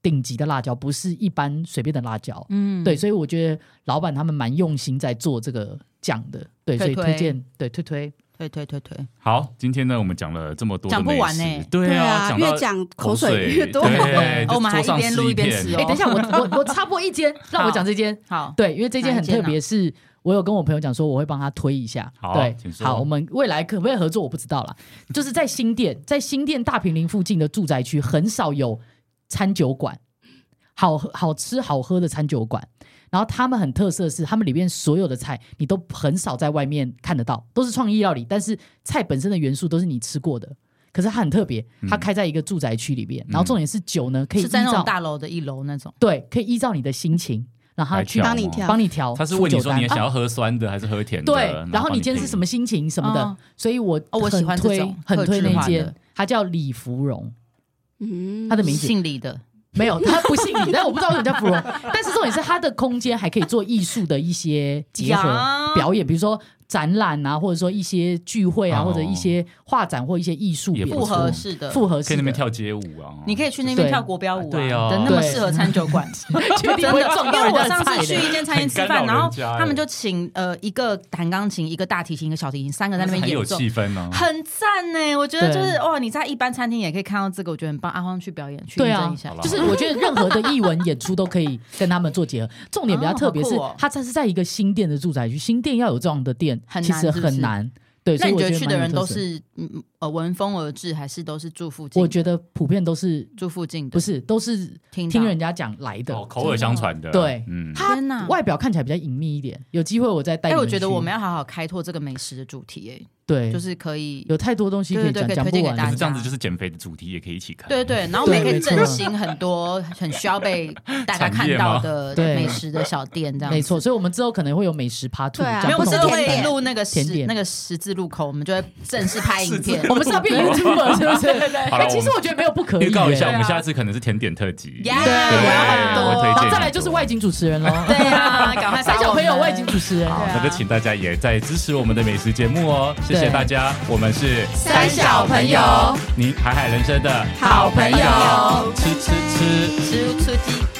S4: 顶级的辣椒，不是一般随便的辣椒。
S3: 嗯
S4: 对，所以我觉得老板他们蛮用心在做这个酱的，对，所
S3: 推
S4: 以
S3: 推
S4: 推荐对推推，
S3: 对对对对，
S1: 好，今天呢，我们讲了这么多的
S3: 讲不
S1: 美食，
S3: 完欸
S1: 对
S2: 对
S1: 啊，
S2: 啊，
S1: 讲到
S2: 越讲口
S1: 口
S2: 水越多。
S1: 对，
S3: [LAUGHS] 哦我们还
S1: 桌上
S3: 一边
S1: 吃
S3: 录一
S1: 一
S3: 边
S1: 片
S3: 吃
S4: 哎、
S3: 哦
S4: 等一下，我我我插播一间，让我讲这间，
S3: 好，
S4: 对，因为这件很特
S3: 哪一
S4: 别，是我有跟我朋友讲说，我会帮他推一下。
S1: 好
S4: 对
S1: 请，说
S4: 好，我们未来可不可以合作，我不知道啦。
S1: [LAUGHS]
S4: 就是在新店，在新店大平林附近的住宅区，很少有餐酒馆，好喝好吃好喝的餐酒馆。然后他们很特色的是，他们里面所有的菜你都很少在外面看得到，都是创意料理，但是菜本身的元素都是你吃过的。可是它很特别，
S1: 嗯
S4: 它开在一个住宅区里面，然后重点是酒呢可以依
S3: 是在那
S4: 照
S3: 种大楼的一楼那种。
S4: 对，可以依照你的心情，然后它
S1: 来
S4: 去
S1: 调
S2: 帮你
S1: 吗
S2: 调
S4: 帮你调出酒
S1: 他
S4: 单。
S1: 是问你说你想
S4: 啊
S1: 要喝酸的还是喝甜的？
S4: 对，然后
S1: 帮
S4: 你
S1: 你
S4: 今天是什么心情什么的
S3: 哦，
S4: 所以我
S3: 哦我喜
S4: 很
S3: 欢这
S4: 推
S3: 种
S4: 很
S3: 克
S4: 推
S3: 制
S4: 那
S3: 化
S4: 间
S3: 的，
S4: 它叫李芙蓉，
S2: 嗯
S4: 它的名字
S3: 姓李的，
S4: 没有，他不姓
S3: [LAUGHS]
S4: 李，但我不知道为什么叫芙蓉。但是重点是它的空间还可以做艺术的一些结合
S3: 呀
S4: 表演，比如说展览啊，或者说一些聚会啊，
S1: 哦
S4: 或者一些画展或一些艺术
S1: 也
S4: 表
S1: 不
S3: 复
S1: 错
S3: 合式的，
S4: 复合
S1: 可
S4: 式
S1: 以
S4: 的
S1: 那边，跳街舞啊，
S3: 你可以去那边
S4: 对
S3: 跳国标舞
S1: 对啊
S3: 等那么
S4: 对
S3: 适合餐酒
S4: [LAUGHS]
S3: 馆，
S4: [LAUGHS] 确定会撞
S3: 因为
S4: 到
S3: 我
S4: 人家
S3: 上
S4: 的菜
S3: 次
S4: 的
S3: 去一间餐厅吃饭，
S1: 很干扰
S3: 然后
S1: 人家欸
S3: 他们就请呃一个弹钢琴、一个大提琴、一个小提琴，三个在那边
S1: 很有
S3: 演奏，
S1: 气氛呢、啊。
S3: 很赞呢、我觉得就
S4: 对
S3: 是哇，你在一般餐厅也可以看到这个，我觉得很棒。阿荒去表演，去
S4: 对
S3: 验
S4: 啊
S3: 证一下
S1: 好。啦
S4: 就是我觉得任何的艺文演出都可以跟他们做结合。重点比较特别是
S3: 哦好酷哦，
S4: 它这是在一个新店的住宅区，新店要有这样的店，
S3: 很
S4: 其
S3: 难
S4: 实
S3: 是不是
S4: 很难。对，
S3: 那
S4: 所以
S3: 你
S4: 我
S3: 觉
S4: 觉
S3: 得
S4: 得
S3: 去
S4: 蛮
S3: 的
S4: 有
S3: 人
S4: 特
S3: 都
S4: 色？
S3: 是嗯嗯呃闻风而至，还是都是住附近？
S4: 我觉得普遍都是
S3: 住附近的
S4: 不是都是
S3: 听
S4: 听
S3: 到
S4: 人家讲来的
S1: 哦，。口耳相传的，
S4: 对
S1: 嗯，
S4: 它
S3: 天哪
S4: 外表看起来比较隐秘一点，有机会我再带
S3: 哎、
S4: 你去。
S3: 我觉得我们要好好开拓这个美食的主题、哎，
S4: 对，
S3: 就是可以，
S4: 有太多东西可以讲
S3: 对对对
S4: 讲
S3: 可以
S4: 不
S3: 推荐给
S1: 可
S3: 大家
S4: 完
S1: 是。这样子就是减肥的主题也可以一起看，
S3: 啊对对，对，然后我们也
S4: 对
S3: 可以
S4: 没错
S3: 振兴很多很需要被大家
S1: 产
S3: 看
S1: 业
S3: 到
S1: 吗
S3: 的
S4: 对
S3: 美食的小店，这样
S4: 没错，所以我们之后可能会有美食 Part Two，
S2: 对啊
S3: 没
S4: 讲
S3: 有，
S4: 不
S3: 我
S4: 同
S3: 们
S4: 的
S3: 都
S2: 甜
S3: 会
S2: 点
S3: 录那个
S4: 甜
S3: 十
S4: 点。
S3: 那个十字路口，我们就会正式拍影片
S4: 我
S3: [LAUGHS]
S4: [LAUGHS] 们是要变 YouTuber 是不是？
S1: 好了
S4: 哎，其实我觉得没有不可以。
S1: 预告一下，
S4: 哎
S1: 我
S3: 对啊
S1: 们下次可能是甜点特辑，
S3: 呀
S4: 对，啊我要
S3: 对
S4: 很多。
S1: 我推荐
S4: 然后再
S1: 很
S4: 来
S1: 多
S4: 就是外景主持人喽。
S3: 对啊，赶快
S4: 三
S3: 找
S4: 小
S3: 我
S4: 朋
S3: 们
S4: 友外景主持人。
S1: 好，
S3: 对啊
S1: 那就请大家也在支持我们的美食节目哦，谢谢
S4: 对
S1: 大家，我们是
S2: 三小朋友
S1: 您海海人生的
S2: 好朋友
S1: 吃吃吃。
S3: 吃出鸡。